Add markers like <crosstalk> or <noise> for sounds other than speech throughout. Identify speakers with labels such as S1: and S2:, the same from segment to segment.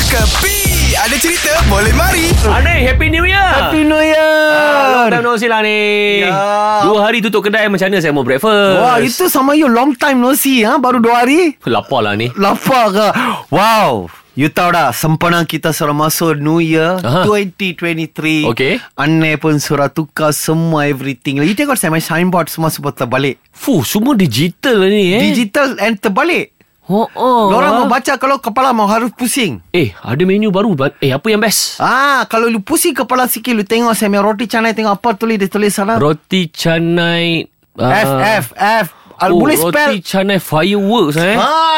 S1: Kepi Ada cerita boleh mari
S2: Ani, Happy New Year
S3: Happy New Year
S2: Dah no see lah ni
S3: Ya.
S2: Dua hari tutup kedai Macam mana saya mau breakfast
S3: Wah itu sama you Long time no see ha? Baru dua hari
S2: Lapar lah ni
S3: Lapar ke Wow You tahu dah Sempena kita sudah masuk New Year
S2: Aha.
S3: 2023
S2: Okay.
S3: Aneh pun surat tukar Semua everything You tengok saya main signboard Semua semua terbalik
S2: Fuh semua digital lah ni eh
S3: Digital and terbalik
S2: oh, oh.
S3: Orang mau baca Kalau kepala mau harus pusing
S2: Eh ada menu baru but- Eh apa yang best
S3: Ah, kalau lu pusing kepala sikit Lu tengok saya punya roti canai Tengok apa tulis Dia tulis sana
S2: Roti canai ah.
S3: Ah. F F F Ah,
S2: oh,
S3: Boleh
S2: roti
S3: spell
S2: Roti canai fireworks eh Oh.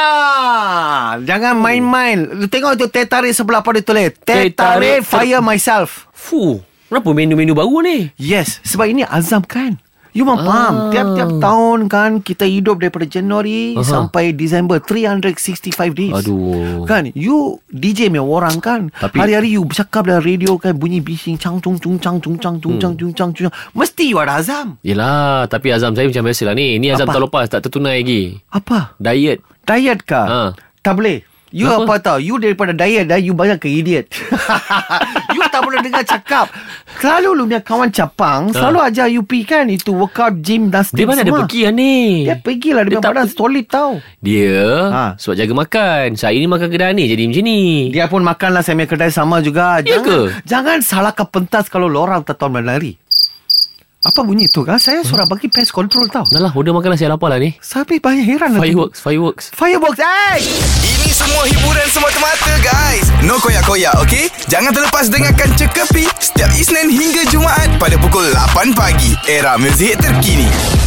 S3: Ah, jangan main-main. Lu tengok tu teh tarik sebelah apa dia tulis. Teh
S2: Teh tarik
S3: tarik fire myself.
S2: Fuh Kenapa menu-menu baru ni
S3: Yes, sebab ini azam kan. You must faham Tiap-tiap tahun kan Kita hidup daripada Januari
S2: Oh. Aha.
S3: Sampai Disember 365 days
S2: Aduh.
S3: Kan You DJ punya orang kan
S2: Tapi-
S3: Hari-hari you cakap dalam radio kan Bunyi bising Cang cung cung cang cung cang cung cang cung cang cung Mesti you ada azam
S2: Yelah Tapi azam saya macam biasa lah ni Ni azam
S3: Apa?
S2: tahun lepas Tak tertunai lagi
S3: Apa?
S2: Diet
S3: Diet ke?
S2: Ha.
S3: Tak boleh. You
S2: Kenapa?
S3: Kenapa? apa tau You daripada diet dah You banyak ke idiot <laughs> You tak boleh dengar cakap Selalu lu punya kawan capang Selalu ajar you pergi kan Itu workout gym dan
S2: Ha. Dia mana ada pergi lah ni
S3: Dia pergi lah
S2: Dia
S3: Dia, dia
S2: tak
S3: badan
S2: pergi.
S3: solid tau
S2: Dia ha.
S3: Ha.
S2: Sebab jaga makan Saya ni makan kedai ni Jadi macam ni
S3: Dia pun makan lah Saya punya kedai sama juga
S2: Ya
S3: jangan,
S2: ke?
S3: jangan salahkan pentas Kalau lorang tak tahu lari Apa bunyi tu kan Saya
S2: Hmm?
S3: suruh bagi pest control tau
S2: Dah lah order makan lah Saya lapar lah ni
S3: Sampai banyak heran lah tu.
S2: Fireworks Fireworks
S3: Fireworks eh!
S1: Ini semua hiburan semata-mata guys No koyak-koyak ok Jangan terlepas dengarkan Cekapi Setiap Isnin hingga Jumaat Pada pukul 8 pagi Era muzik terkini